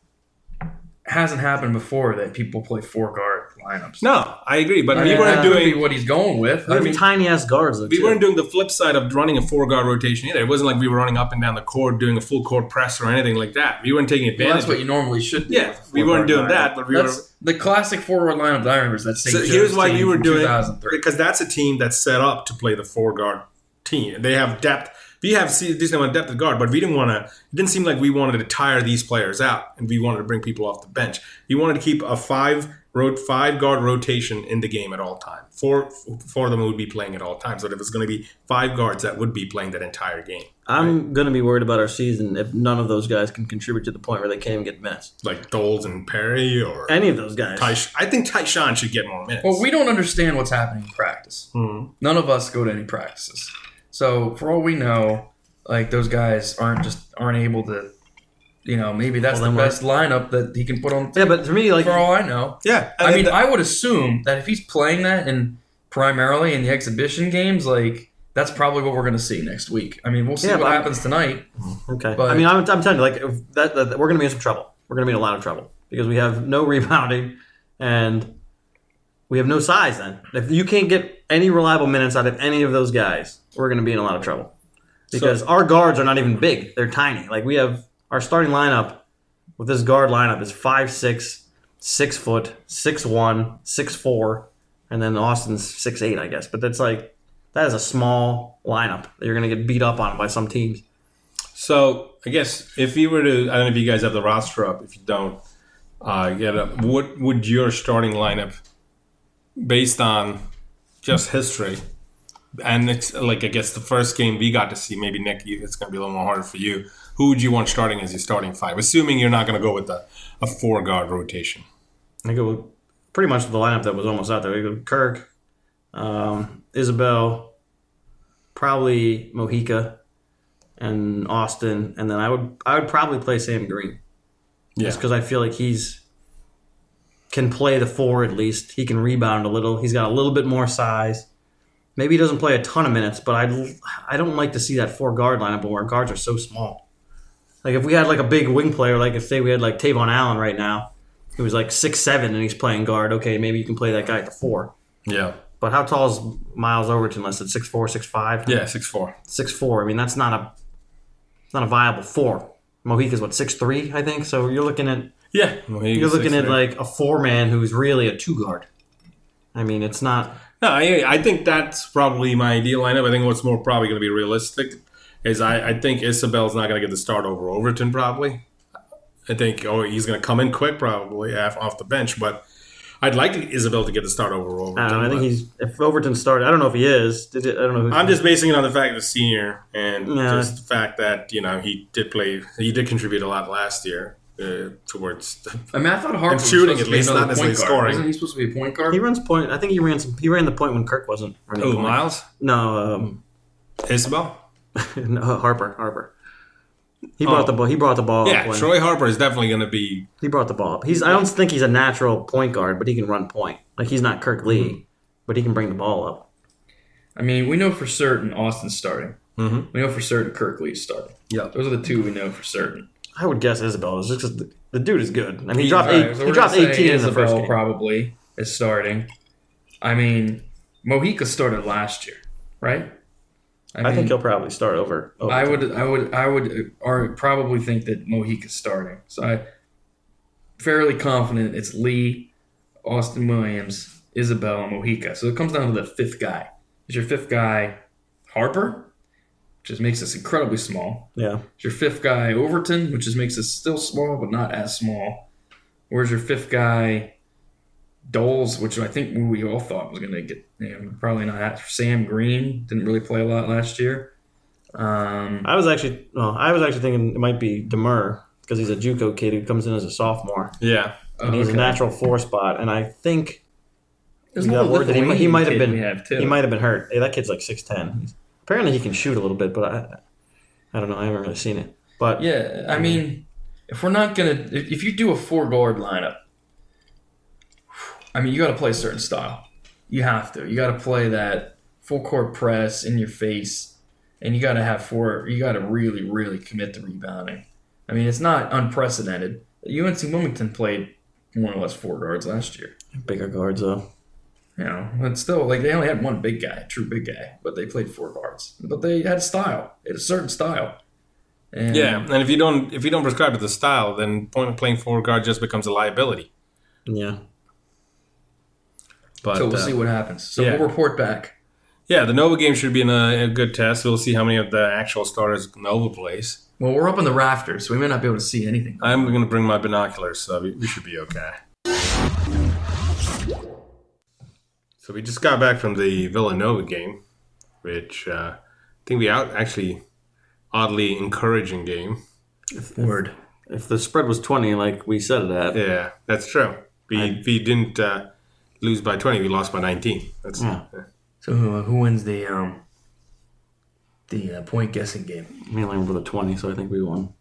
[SPEAKER 4] hasn't happened before that people play four guard lineups.
[SPEAKER 3] no, I agree, but
[SPEAKER 4] I
[SPEAKER 3] we
[SPEAKER 4] mean,
[SPEAKER 3] weren't
[SPEAKER 4] that could be
[SPEAKER 3] doing.
[SPEAKER 4] what he's going with. I mean,
[SPEAKER 2] tiny ass guards. Though,
[SPEAKER 3] We
[SPEAKER 2] too.
[SPEAKER 3] weren't doing the flip side of running a four guard rotation either. It wasn't like we were running up and down the court doing a full court press or anything like that. We weren't taking advantage.
[SPEAKER 4] well, that's
[SPEAKER 3] of
[SPEAKER 4] what you normally should do.
[SPEAKER 3] Yeah,
[SPEAKER 4] with a
[SPEAKER 3] we weren't
[SPEAKER 4] four-guard
[SPEAKER 3] doing
[SPEAKER 4] lineup.
[SPEAKER 3] that, but we
[SPEAKER 4] that's
[SPEAKER 3] were.
[SPEAKER 4] the classic forward lineup that I remember. is That St.
[SPEAKER 3] So
[SPEAKER 4] Joe's
[SPEAKER 3] here's why
[SPEAKER 4] team
[SPEAKER 3] you were
[SPEAKER 4] from
[SPEAKER 3] doing
[SPEAKER 4] 2003.
[SPEAKER 3] because that's a team that's set up to play the four guard team. They have depth. We have se- decent amount of depth at guard, but we didn't want to. It didn't seem like we wanted to tire these players out, and we wanted to bring people off the bench. We wanted to keep a five road five guard rotation in the game at all time. Four four of them would be playing at all times. But if it's going to be five guards, that would be playing that entire game.
[SPEAKER 2] I'm going to be worried about our season if none of those guys can contribute to the point where they can't even get minutes.
[SPEAKER 3] Like Doles and Perry or.
[SPEAKER 2] Any of those guys.
[SPEAKER 3] Tysh- I think Tyshawn should get more minutes.
[SPEAKER 4] Well, we don't understand what's happening in practice.
[SPEAKER 2] Hmm.
[SPEAKER 4] None of us go to any practices, so for all we know, like those guys aren't just aren't able to. You know, maybe that's
[SPEAKER 2] Well,
[SPEAKER 4] the
[SPEAKER 2] then
[SPEAKER 4] best lineup that he can put on.
[SPEAKER 2] Yeah, but for me, like,
[SPEAKER 4] for all I know,
[SPEAKER 3] yeah,
[SPEAKER 4] I
[SPEAKER 3] and
[SPEAKER 4] mean,
[SPEAKER 3] the-
[SPEAKER 4] I would assume that if he's playing that in primarily in the exhibition games, like that's probably what we're going to see next week. I mean, we'll see
[SPEAKER 2] Yeah,
[SPEAKER 4] what
[SPEAKER 2] but-
[SPEAKER 4] happens tonight.
[SPEAKER 2] okay. I
[SPEAKER 4] but-
[SPEAKER 2] mean, I'm, I'm telling you, like, if that, that, that- we're going to be in some trouble. We're going to be in a lot of trouble because we have no rebounding and we have no size then. If you can't get any reliable minutes out of any of those guys, we're going to be in a lot of trouble because our guards are not even big. They're tiny. Like, we have our starting lineup with this guard lineup is five six, six foot, six one, six four, and then Austin's six eight, I guess. But that's like that is a small lineup that you're gonna get beat up on by some teams.
[SPEAKER 3] So I guess if you were to, I don't know if you guys have the roster up. If you don't, uh, get up. What would your starting lineup, based on just history, and it's like I guess the first game we got to see, maybe Nick, you- it's going to be a little more harder for you. Who would you want starting as your starting five? Assuming you're not going to go with a, a four guard rotation.
[SPEAKER 2] I think it was pretty much the lineup that was almost out there. We go Kirk, um, Isabel, probably Mojica, and Austin, and then I would I would probably play Sam Green. Just
[SPEAKER 3] Yeah.
[SPEAKER 2] because I feel like he's can play the four at least. He can rebound a little. He's got a little bit more size. Maybe he doesn't play a ton of minutes, but I I don't like to see that four guard lineup where our guards are so small. Like if we had like a big wing player, like if say we had like Tavon Allen right now, who was like six seven and he's playing guard. Okay, maybe you can play that guy at the four.
[SPEAKER 3] Yeah.
[SPEAKER 2] But how tall is Miles Overton? Less than six four, six five,
[SPEAKER 3] Yeah. Six four.
[SPEAKER 2] six four. I mean that's not a it's not a viable four. Mojica's what six three, I think. So you're looking at
[SPEAKER 3] Yeah.
[SPEAKER 2] you're looking at like a four man who's really a two guard. I mean, it's not.
[SPEAKER 3] No, I, I think that's probably my ideal lineup. I think what's more probably going to be realistic is I, I think Isabel's not going to get the start over Overton probably. I think oh he's going to come in quick probably af- off the bench, but I'd like Isabel to get the start over Overton.
[SPEAKER 2] I don't know. I think
[SPEAKER 3] but
[SPEAKER 2] he's if Overton started. I don't know if he is. Did it, I don't know. Who,
[SPEAKER 3] I'm just basing it on the fact that he's a senior and
[SPEAKER 2] Yeah.
[SPEAKER 3] just the fact that you know he did play, he did contribute a lot last year uh, towards.
[SPEAKER 4] I mean, I thought Harper was
[SPEAKER 3] shooting,
[SPEAKER 4] supposed
[SPEAKER 3] at
[SPEAKER 4] to be
[SPEAKER 3] least,
[SPEAKER 4] another
[SPEAKER 3] not necessarily
[SPEAKER 4] point guard.
[SPEAKER 3] scoring.
[SPEAKER 4] Wasn't he supposed to be a point guard?
[SPEAKER 2] he runs point. I think he ran some. He ran the point when Kirk wasn't. running
[SPEAKER 3] Oh,
[SPEAKER 2] point.
[SPEAKER 3] Miles
[SPEAKER 2] No, um,
[SPEAKER 3] Isabel.
[SPEAKER 2] no, Harper. Harper. He brought the ball. He brought the ball. up
[SPEAKER 3] Oh. Yeah,
[SPEAKER 2] when-
[SPEAKER 3] Troy Harper is definitely going to be
[SPEAKER 2] He brought the ball up. He's. I don't think he's a natural point guard, but he can run point. Like he's not Kirk Lee,
[SPEAKER 4] Mm-hmm.
[SPEAKER 2] but he can bring the ball up.
[SPEAKER 4] I mean, we know for certain Austin's starting.
[SPEAKER 2] Mm-hmm.
[SPEAKER 4] We know for certain Kirkley's starting.
[SPEAKER 3] Yeah.
[SPEAKER 4] those are the two we know for certain.
[SPEAKER 2] I would guess Isabel is just 'cause the, the dude is good. I mean, he,
[SPEAKER 3] He-
[SPEAKER 2] dropped
[SPEAKER 4] All right,
[SPEAKER 2] eight.
[SPEAKER 4] so
[SPEAKER 2] he
[SPEAKER 4] we're
[SPEAKER 2] dropped
[SPEAKER 4] gonna say
[SPEAKER 2] eighteen in the first
[SPEAKER 4] Isabel
[SPEAKER 2] game.
[SPEAKER 4] Probably is starting. I mean, Mojica started last year, right?
[SPEAKER 2] I
[SPEAKER 4] mean,
[SPEAKER 2] think he'll probably start over. over
[SPEAKER 4] I would, I would, I would, uh, or probably think that Mojica's starting. So I, fairly confident it's Lee, Austin Williams, Isabel, and Mojica. So it comes down to the fifth guy. Is your fifth guy Harper, which just makes us incredibly small.
[SPEAKER 2] Yeah.
[SPEAKER 4] Is your fifth guy Overton, which just makes us still small but not as small. Where's your fifth guy Doles, which I think we all thought was going to get you know, probably not. Sam Green didn't really play a lot last year. Um,
[SPEAKER 2] I was actually, well, I was actually thinking it might be Demur because he's a JUCO kid who comes in as a sophomore.
[SPEAKER 3] Yeah.
[SPEAKER 2] And he's a
[SPEAKER 4] Oh, okay.
[SPEAKER 2] natural four spot, and I think
[SPEAKER 4] There's
[SPEAKER 2] we got
[SPEAKER 4] another
[SPEAKER 2] word that he, mi- he
[SPEAKER 4] Lithuanian
[SPEAKER 2] might have
[SPEAKER 4] kid
[SPEAKER 2] been
[SPEAKER 4] We have too.
[SPEAKER 2] he might have been hurt. Hey, that kid's like six ten. Apparently, he can shoot a little bit, but I, I don't know. I haven't really seen it. But
[SPEAKER 4] Yeah, I mean, if we're not gonna, if if you do a four guard lineup, I mean, you got to play a certain style. You have to. You got to play that full court press in your face, and you got to have four. You got to really, really commit to rebounding. I mean, it's not unprecedented. UNC Wilmington played more or less four guards last year.
[SPEAKER 2] bigger guards though.
[SPEAKER 4] You know, but still, like they only had one big guy, true big guy, but they played four guards. But they had style. They had a certain style. And
[SPEAKER 3] Yeah, and if you don't if you don't prescribe to the style, then point of playing forward guard just becomes a liability.
[SPEAKER 2] Yeah,
[SPEAKER 3] But
[SPEAKER 4] So we'll
[SPEAKER 3] uh,
[SPEAKER 4] see what happens. So
[SPEAKER 3] yeah.
[SPEAKER 4] we'll report back.
[SPEAKER 3] yeah, the Nova game should be in a, a good test. We'll see how many of the actual starters Nova plays.
[SPEAKER 4] Well, we're up in the rafters, so we may not be able to see anything.
[SPEAKER 3] I'm going to bring my binoculars, so we, we should be okay. So we just got back from the Villanova game, which uh, I think we out actually oddly encouraging game.
[SPEAKER 4] Word.
[SPEAKER 2] if the spread was twenty, like we said it at,
[SPEAKER 3] Yeah, that's true. We we didn't uh, lose by 20. We lost by 19. That's
[SPEAKER 4] Hmm.
[SPEAKER 2] Yeah.
[SPEAKER 4] So who, who wins the um the uh, point guessing game?
[SPEAKER 2] me and Lane were the twenty, so I think we won.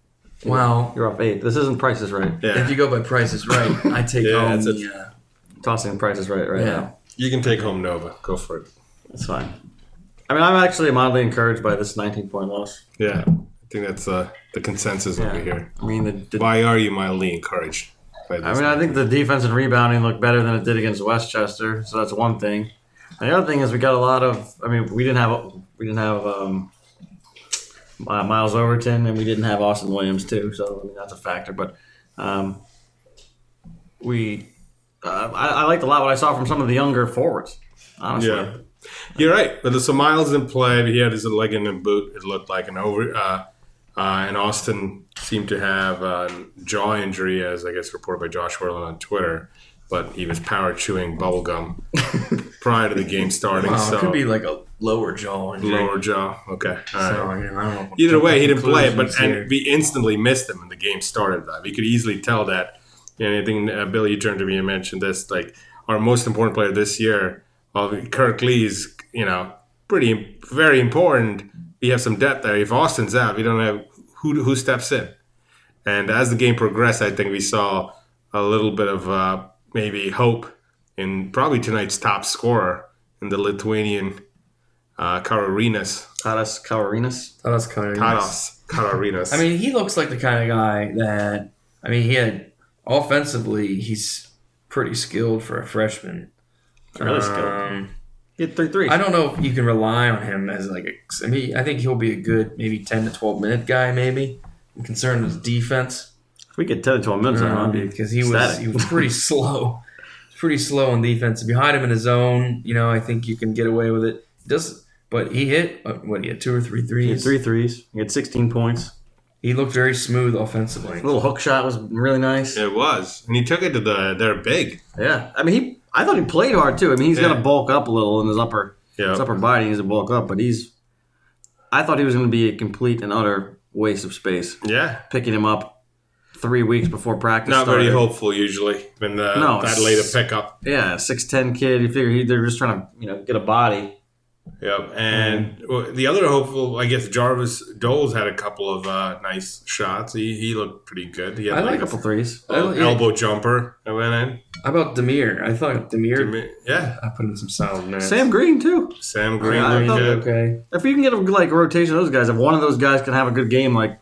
[SPEAKER 4] Well,
[SPEAKER 2] You're off eight. This isn't prices right.
[SPEAKER 3] yeah.
[SPEAKER 4] if you go by prices right, I take
[SPEAKER 3] Yeah,
[SPEAKER 4] home
[SPEAKER 3] that's a-
[SPEAKER 4] the uh,
[SPEAKER 2] Tossing prices right right
[SPEAKER 4] yeah.
[SPEAKER 2] now.
[SPEAKER 3] You can take home Nova. Go for it.
[SPEAKER 2] It's fine. I mean, I'm actually mildly encouraged by this 19 point loss.
[SPEAKER 3] Yeah. I think that's uh, the consensus over here.
[SPEAKER 2] I mean, the, the-
[SPEAKER 3] Why are you mildly encouraged? By
[SPEAKER 2] I
[SPEAKER 3] this
[SPEAKER 2] mean, I think the defense and rebounding looked better than it did against Westchester, so that's one thing. And the other thing is we got a lot of. I mean, we didn't have we didn't have um, Mi- Miles Overton, and we didn't have Austin Williams too. So I mean, that's a factor. But um, we, uh, I, I liked a lot what I saw from some of the younger forwards. Honestly,
[SPEAKER 3] Yeah. You're right. But the so Miles in play, he had his leg in a boot. It looked like an over. Uh, uh, and Austin seemed to have a jaw injury, as I guess reported by Josh Worland on Twitter. But he was power chewing bubble gum prior to the game starting.
[SPEAKER 4] Wow,
[SPEAKER 3] so
[SPEAKER 4] it could be like a lower jaw injury.
[SPEAKER 3] lower jaw. Okay. All right.
[SPEAKER 4] So, you know, I don't know.
[SPEAKER 3] Either way, he didn't play it, but
[SPEAKER 4] Conclusions
[SPEAKER 3] and we instantly missed him when the game started. That we could easily tell that. And I think uh, Bill, you turned to me and mentioned this. Like our most important player this year, while Kirk Lee's, you know, pretty very important. We have some depth there. If Austin's out, we don't have who who steps in. And as the game progressed, I think we saw a little bit of uh, maybe hope in probably tonight's top scorer in the Lithuanian uh, Karolinas.
[SPEAKER 2] Tadas Kalarinas.
[SPEAKER 4] Oh, that's kind of
[SPEAKER 3] Tadas Karolinas.
[SPEAKER 4] I mean, he looks like the kind of guy that I mean, he had offensively, he's pretty skilled for a freshman.
[SPEAKER 2] Really skilled.
[SPEAKER 4] Um,
[SPEAKER 2] He had three threes.
[SPEAKER 4] I don't know if you can rely on him as like a. I mean, I think he'll be a good maybe ten to twelve minute guy. Maybe I'm concerned with his defense
[SPEAKER 2] If we get 10 to 12 minutes, I'd be
[SPEAKER 4] because he was
[SPEAKER 2] ecstatic.
[SPEAKER 4] he was pretty slow, pretty slow on defense. If you hide him in his zone, you know I think you can get away with it. Does but he hit uh, what he had two or three
[SPEAKER 2] He had
[SPEAKER 4] threes.
[SPEAKER 2] three threes. He had 16 points.
[SPEAKER 4] He looked very smooth offensively.
[SPEAKER 2] Little hook shot was really nice. Yeah.
[SPEAKER 3] It was, and he took it to the. They're big.
[SPEAKER 2] I mean, he. I thought he played hard too. I mean, he's got to
[SPEAKER 3] Yeah.
[SPEAKER 2] bulk up a little in his upper
[SPEAKER 3] Yeah,
[SPEAKER 2] his upper body. He's to bulk up, but he's. I thought he was going to be a complete and utter waste of space.
[SPEAKER 3] yeah.
[SPEAKER 2] Picking him up three weeks before practice.
[SPEAKER 3] Not
[SPEAKER 2] started.
[SPEAKER 3] very hopeful usually when the,
[SPEAKER 2] No,
[SPEAKER 3] that
[SPEAKER 2] it's-
[SPEAKER 3] late a pickup.
[SPEAKER 2] Yeah, six ten kid. You figure he, they're just trying to you know get a body.
[SPEAKER 3] Yep, and
[SPEAKER 2] Mm.
[SPEAKER 3] well, the other hopeful, I guess Jarvis Doles had a couple of uh, nice shots. He, he looked pretty good. He had
[SPEAKER 4] I
[SPEAKER 2] A
[SPEAKER 3] like,
[SPEAKER 2] couple threes.
[SPEAKER 3] a
[SPEAKER 4] I- yeah.
[SPEAKER 3] elbow jumper that went
[SPEAKER 4] How about Demir? I thought Demir.
[SPEAKER 3] in. Yeah,
[SPEAKER 4] I put in some solid minutes.
[SPEAKER 2] Sam Green too.
[SPEAKER 3] Sam Green
[SPEAKER 2] Yeah, I
[SPEAKER 3] looked
[SPEAKER 2] thought-
[SPEAKER 3] Oh, good.
[SPEAKER 4] okay.
[SPEAKER 2] If you can get a, like a rotation of those guys, if one of those guys can have a good game, like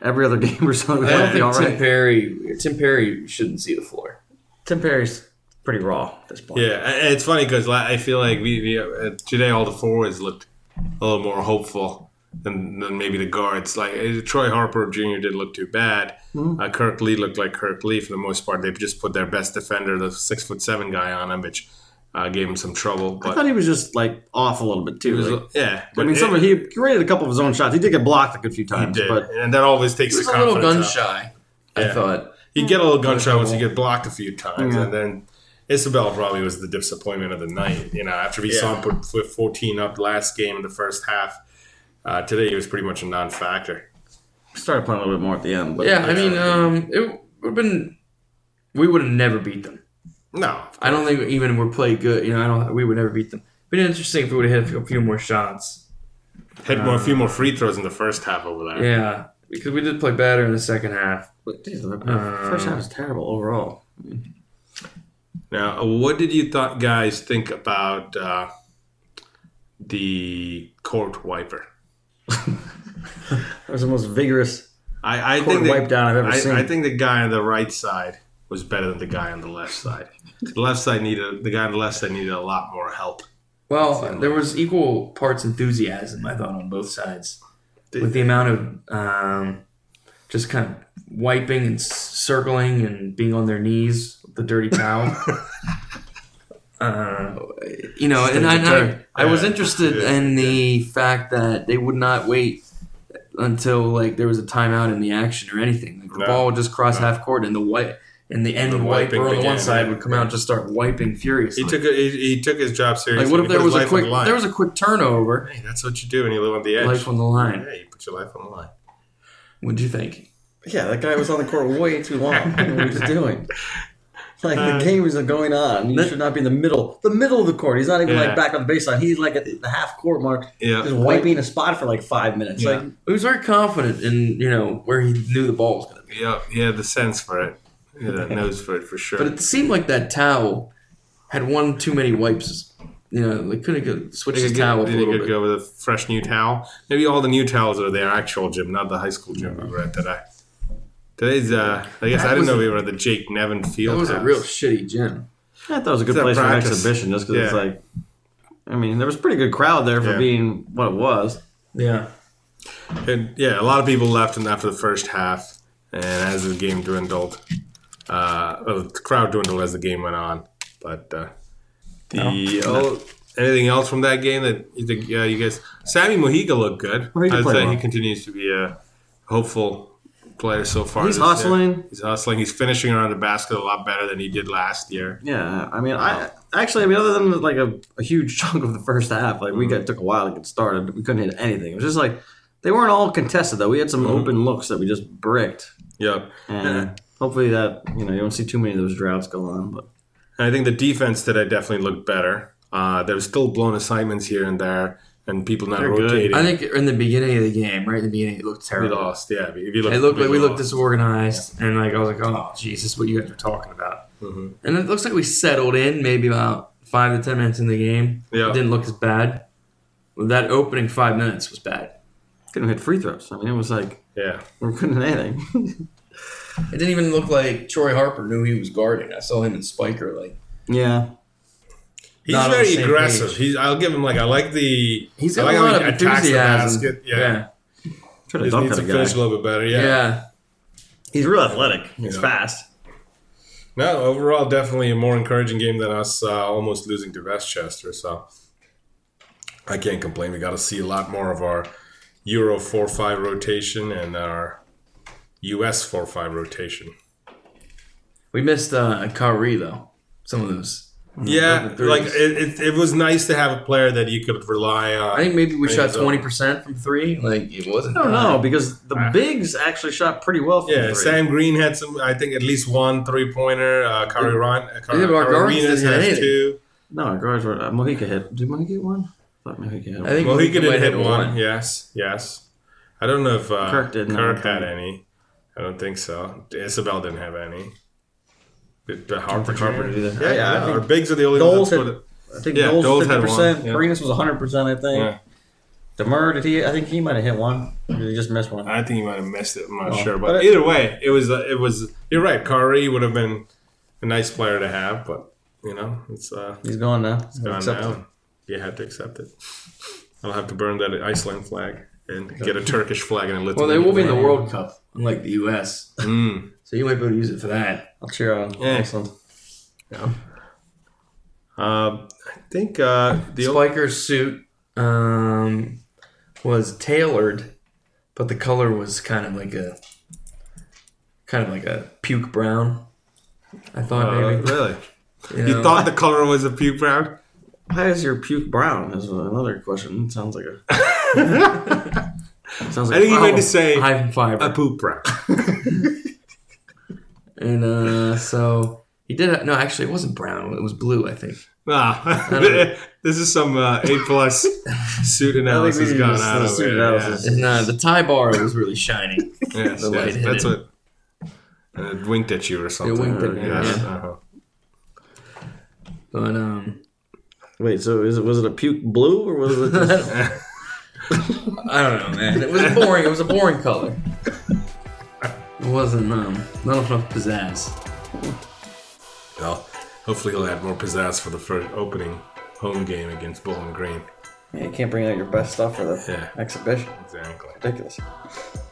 [SPEAKER 2] every other game or something,
[SPEAKER 4] I don't
[SPEAKER 2] that'd be all
[SPEAKER 4] think Tim
[SPEAKER 2] right.
[SPEAKER 4] Perry. Tim Perry shouldn't see the floor.
[SPEAKER 2] Tim Perry's pretty raw at this point.
[SPEAKER 3] Yeah, and it's funny because I feel like we, we uh, today all the forwards looked a little more hopeful than, than maybe the guards. Like uh, Troy Harper Jr. did look too bad.
[SPEAKER 2] Hmm.
[SPEAKER 3] Uh, Kirk Lee looked like Kirk Lee for the most part. They just put their best defender, the six foot seven guy, on him, which uh, gave him some trouble.
[SPEAKER 2] I
[SPEAKER 3] But
[SPEAKER 2] thought he was just like off a little bit too.
[SPEAKER 3] it was,
[SPEAKER 2] like-
[SPEAKER 3] yeah,
[SPEAKER 2] I mean,
[SPEAKER 3] it-
[SPEAKER 2] some of, he created a couple of his own shots. He did get blocked a good few
[SPEAKER 3] he
[SPEAKER 2] times,
[SPEAKER 3] did,
[SPEAKER 2] but
[SPEAKER 3] and that always takes
[SPEAKER 4] He was
[SPEAKER 3] the
[SPEAKER 4] a little gun
[SPEAKER 3] confidence. out.
[SPEAKER 4] shy. I
[SPEAKER 3] Yeah.
[SPEAKER 4] thought.
[SPEAKER 3] You get a little gun shy once you get blocked a few times,
[SPEAKER 2] Yeah.
[SPEAKER 3] and then Isabel probably was the disappointment of the night. You know, after we saw him put f- 14 up last game in the first half, Uh, today he was pretty much a non-factor.
[SPEAKER 6] Started playing a little bit more at the end, but
[SPEAKER 4] Yeah, I mean, um, it would have been. We would have never beat them.
[SPEAKER 3] No,
[SPEAKER 4] I don't think even we played good. You know, I don't. We would never beat them. Been interesting if we would have hit a few more shots.
[SPEAKER 3] hit more, a few more free throws in the first half over there.
[SPEAKER 4] Yeah, because we did play better in the second half.
[SPEAKER 6] But, geez, the first half was terrible overall.
[SPEAKER 3] Now, uh, what did you thought guys think about uh, the court wiper?
[SPEAKER 6] That was the most vigorous.
[SPEAKER 3] I, I
[SPEAKER 6] Court
[SPEAKER 3] think that-
[SPEAKER 6] wipe down I've ever
[SPEAKER 3] I,
[SPEAKER 6] seen.
[SPEAKER 3] I think the guy on the right side was better than the guy on the left side. the left side needed the guy on the left side needed a lot more help.
[SPEAKER 4] Well, there was equal parts enthusiasm, I thought, on both sides, with the amount of um, just kind of wiping and s- circling and being on their knees with the dirty towel. uh, you know, and I, I, I was
[SPEAKER 3] Yeah.
[SPEAKER 4] interested in the fact that they would not wait until like there was a timeout in the action or anything. Like, the
[SPEAKER 3] No.
[SPEAKER 4] ball would just cross half court, and the white and the end
[SPEAKER 3] The wiping
[SPEAKER 4] wiper on the
[SPEAKER 3] began.
[SPEAKER 4] one side would come out and just start wiping furiously.
[SPEAKER 3] He took a, he, he took his job seriously.
[SPEAKER 4] Like, what
[SPEAKER 3] He
[SPEAKER 4] if
[SPEAKER 3] put
[SPEAKER 4] there
[SPEAKER 3] his
[SPEAKER 4] was a
[SPEAKER 3] life on
[SPEAKER 4] quick
[SPEAKER 3] the line.
[SPEAKER 4] there was a quick turnover?
[SPEAKER 3] Hey, that's what you do when you live on the edge.
[SPEAKER 4] Life on the line.
[SPEAKER 3] Yeah, you put your life on the line.
[SPEAKER 4] What'd you think?
[SPEAKER 6] Yeah, that guy was on the court way too long. what was he doing? Like
[SPEAKER 2] Uh,
[SPEAKER 6] the game was going on. You should not be in the middle, the middle of the court. He's not even
[SPEAKER 3] Yeah.
[SPEAKER 6] like back on the baseline. He's like at the half court mark,
[SPEAKER 3] Yeah.
[SPEAKER 6] just wiping a spot for like five minutes.
[SPEAKER 3] Yeah.
[SPEAKER 6] Like
[SPEAKER 4] He was very confident in you know where he knew the ball was going to be,
[SPEAKER 3] Yeah, he had the sense for it. He had that nose for it for sure.
[SPEAKER 4] but it seemed like that towel had one too many wipes. You know, they couldn't go, switch
[SPEAKER 3] They
[SPEAKER 4] his
[SPEAKER 3] could
[SPEAKER 4] towel
[SPEAKER 3] go,
[SPEAKER 4] up a
[SPEAKER 3] they
[SPEAKER 4] little
[SPEAKER 3] could
[SPEAKER 4] bit.
[SPEAKER 3] go with a fresh new towel. Maybe all the new towels are their actual gym, not the high school gym we were at today. Today's, uh, I guess I didn't
[SPEAKER 4] was
[SPEAKER 3] know
[SPEAKER 4] a-
[SPEAKER 3] we were at the Jake Nevin Field.
[SPEAKER 4] That was a
[SPEAKER 3] house.
[SPEAKER 4] real shitty gym.
[SPEAKER 2] I thought it was a good
[SPEAKER 3] It's a
[SPEAKER 2] place for an
[SPEAKER 3] practice.
[SPEAKER 2] exhibition just because it's
[SPEAKER 3] Yeah.
[SPEAKER 2] like, I mean, there was a pretty good crowd there for
[SPEAKER 3] Yeah.
[SPEAKER 2] being what it was.
[SPEAKER 4] Yeah,
[SPEAKER 3] And, yeah, a lot of people left in after the first half, and as the game dwindled, uh, well, the crowd dwindled as the game went on. But uh, the oh, anything else from that game that you think? Yeah, you guys. Sammy Mojica looked good.
[SPEAKER 2] Well, he did
[SPEAKER 3] I'd
[SPEAKER 2] play
[SPEAKER 3] say
[SPEAKER 2] well.
[SPEAKER 3] he continues to be a hopeful player so far.
[SPEAKER 2] He's
[SPEAKER 3] this year.
[SPEAKER 2] hustling.
[SPEAKER 3] He's hustling. He's finishing around the basket a lot better than he did last year.
[SPEAKER 2] Yeah, I mean, I actually, I mean, other than like a, a huge chunk of the first half, like we
[SPEAKER 3] Mm-hmm.
[SPEAKER 2] got took a while to get started, but we couldn't hit anything. It was just like they weren't all contested though. We had some
[SPEAKER 3] Mm-hmm.
[SPEAKER 2] open looks that we just bricked,
[SPEAKER 3] Yep.
[SPEAKER 2] and hopefully that you know you don't see too many of those droughts go on. But
[SPEAKER 3] And I think the defense today definitely looked better. Uh, there was still blown assignments here and there, and people not
[SPEAKER 2] They're good.
[SPEAKER 3] rotating.
[SPEAKER 4] I think in the beginning of the game, right in the beginning, it looked
[SPEAKER 3] We
[SPEAKER 4] terrible.
[SPEAKER 3] lost, yeah. If you look,
[SPEAKER 4] It looked like we looked
[SPEAKER 3] lost.
[SPEAKER 4] disorganized, and like I was like, "Oh Jesus, what you guys are talking about?"
[SPEAKER 3] Mm-hmm.
[SPEAKER 4] And it looks like we settled in maybe about five to ten minutes in the game.
[SPEAKER 3] Yeah.
[SPEAKER 4] it didn't look as bad. That opening five minutes was bad.
[SPEAKER 2] couldn't hit free throws. I mean, it was like
[SPEAKER 3] Yeah,
[SPEAKER 2] we couldn't hit anything.
[SPEAKER 4] It didn't even look like Troy Harper knew he was guarding. I saw him and Spiker like
[SPEAKER 2] yeah,
[SPEAKER 3] he's
[SPEAKER 4] Not on the
[SPEAKER 3] very
[SPEAKER 4] same
[SPEAKER 3] aggressive.
[SPEAKER 4] page.
[SPEAKER 3] He's. I'll give him like I like the.
[SPEAKER 4] he's
[SPEAKER 3] I
[SPEAKER 4] got
[SPEAKER 3] like
[SPEAKER 4] a
[SPEAKER 3] how
[SPEAKER 4] lot
[SPEAKER 3] he
[SPEAKER 4] of
[SPEAKER 3] attacks the
[SPEAKER 4] enthusiasm.
[SPEAKER 3] basket. Yeah.
[SPEAKER 2] try to
[SPEAKER 3] He just
[SPEAKER 2] dunk
[SPEAKER 3] needs
[SPEAKER 2] on
[SPEAKER 3] to
[SPEAKER 2] a guy.
[SPEAKER 3] finish a little bit better.
[SPEAKER 4] yeah,
[SPEAKER 3] Yeah.
[SPEAKER 4] yeah.
[SPEAKER 2] He's real athletic. He's
[SPEAKER 3] Yeah.
[SPEAKER 2] fast.
[SPEAKER 3] No, overall, definitely a more encouraging game than us uh, almost losing to Westchester. So I can't complain. We got to see a lot more of our Euro four five rotation and our US four five rotation.
[SPEAKER 4] We missed uh, Kyrie though. Some of Mm-hmm. those.
[SPEAKER 3] Yeah,
[SPEAKER 4] threes.
[SPEAKER 3] like it, it, it was nice to have a player that you could rely on.
[SPEAKER 4] I think maybe we
[SPEAKER 3] Yeah,
[SPEAKER 4] shot
[SPEAKER 3] so-
[SPEAKER 4] twenty percent from three. Like it wasn't.
[SPEAKER 2] I don't
[SPEAKER 4] bad.
[SPEAKER 2] know because the bigs actually shot pretty well. From
[SPEAKER 3] Yeah,
[SPEAKER 2] three.
[SPEAKER 3] Sam Green had some. I think at least one three pointer. Uh, Kyrie Ron, uh, Kyrie,
[SPEAKER 4] Yeah, but our
[SPEAKER 3] Kyrie
[SPEAKER 4] guards
[SPEAKER 3] Arenas
[SPEAKER 4] didn't hit
[SPEAKER 3] has
[SPEAKER 4] anything.
[SPEAKER 3] two.
[SPEAKER 2] No, our guards were. Uh, Mojica hit. Did Mojica hit one? I thought Mojica hit
[SPEAKER 4] I think
[SPEAKER 3] Well, he
[SPEAKER 4] Malika
[SPEAKER 3] could
[SPEAKER 4] might
[SPEAKER 3] have hit
[SPEAKER 4] have
[SPEAKER 3] one. Yes, yes. I don't know if uh,
[SPEAKER 2] Kirk didn't, I
[SPEAKER 3] Kirk
[SPEAKER 2] don't
[SPEAKER 3] had
[SPEAKER 2] think.
[SPEAKER 3] any. I don't think so. Isabel didn't have any. Did the
[SPEAKER 2] think Harper did either.
[SPEAKER 3] Yeah,
[SPEAKER 6] Yeah, I
[SPEAKER 3] yeah.
[SPEAKER 6] think
[SPEAKER 3] Our bigs are the only
[SPEAKER 6] Dole's
[SPEAKER 3] ones that scored.
[SPEAKER 6] had-
[SPEAKER 3] it.
[SPEAKER 6] I think
[SPEAKER 3] Yeah,
[SPEAKER 6] Dole's
[SPEAKER 3] Dole's had
[SPEAKER 6] fifty percent.
[SPEAKER 3] one, yeah.
[SPEAKER 6] Karinas was hundred percent. I think.
[SPEAKER 3] Yeah.
[SPEAKER 6] Demur did he? I think he might have hit one. Or did he just miss one?
[SPEAKER 3] I think he might have missed it. I'm
[SPEAKER 6] Oh.
[SPEAKER 3] not sure, but,
[SPEAKER 6] But it-
[SPEAKER 3] either way, it was. Uh, it was. You're right. Kari would have been a nice player to have, but you know, it's uh,
[SPEAKER 6] He's gone now. He's
[SPEAKER 3] gone now. You had to accept it. I'll have to burn that Iceland flag and get a Turkish flag and a
[SPEAKER 4] Well,
[SPEAKER 3] Lithuanian.
[SPEAKER 4] they will be in the
[SPEAKER 3] flag.
[SPEAKER 4] World Cup, unlike the U.S.
[SPEAKER 3] Mm.
[SPEAKER 4] So you might be able to use it for that.
[SPEAKER 6] I'll cheer on.
[SPEAKER 3] Yeah.
[SPEAKER 6] Excellent.
[SPEAKER 3] Um, I think uh, the only
[SPEAKER 4] Spiker's suit um, was tailored, but the color was kind of like a kind of like a puke brown. I thought
[SPEAKER 3] Uh,
[SPEAKER 4] maybe
[SPEAKER 3] really?
[SPEAKER 4] you,
[SPEAKER 3] You thought the color was a puke brown?
[SPEAKER 2] Why is your puke brown? Is another question. It sounds like a
[SPEAKER 6] Sounds like
[SPEAKER 3] I think you
[SPEAKER 6] wow,
[SPEAKER 3] meant
[SPEAKER 4] Oh,
[SPEAKER 3] to say
[SPEAKER 6] high five.
[SPEAKER 3] a poop prep.
[SPEAKER 4] And uh, so he did. ha- No, actually, it wasn't brown. It was blue, I think.
[SPEAKER 3] Ah,
[SPEAKER 4] don't-
[SPEAKER 3] this is some uh, A plus suit analysis
[SPEAKER 6] need
[SPEAKER 3] gone
[SPEAKER 6] this-
[SPEAKER 3] out
[SPEAKER 6] the
[SPEAKER 3] of
[SPEAKER 6] suit
[SPEAKER 3] it,
[SPEAKER 6] analysis.
[SPEAKER 4] And uh, the tie bar was really shiny.
[SPEAKER 3] Yeah. Yes,
[SPEAKER 4] The
[SPEAKER 3] yes,
[SPEAKER 4] light
[SPEAKER 3] that's
[SPEAKER 4] hit
[SPEAKER 3] what uh, it winked at you or something.
[SPEAKER 4] winked at me,
[SPEAKER 3] Yes,
[SPEAKER 4] yeah.
[SPEAKER 3] uh-huh.
[SPEAKER 4] But um,
[SPEAKER 6] Wait, so is it was it a puke blue or was it just
[SPEAKER 4] I don't know, man. It was a boring. It was a boring color. It wasn't um, not enough pizzazz.
[SPEAKER 3] Well, hopefully he'll add more pizzazz for the first opening home game against Bowling Green.
[SPEAKER 6] Yeah, you can't bring out your best stuff for the
[SPEAKER 3] Yeah.
[SPEAKER 6] exhibition?
[SPEAKER 3] Exactly.
[SPEAKER 6] Ridiculous.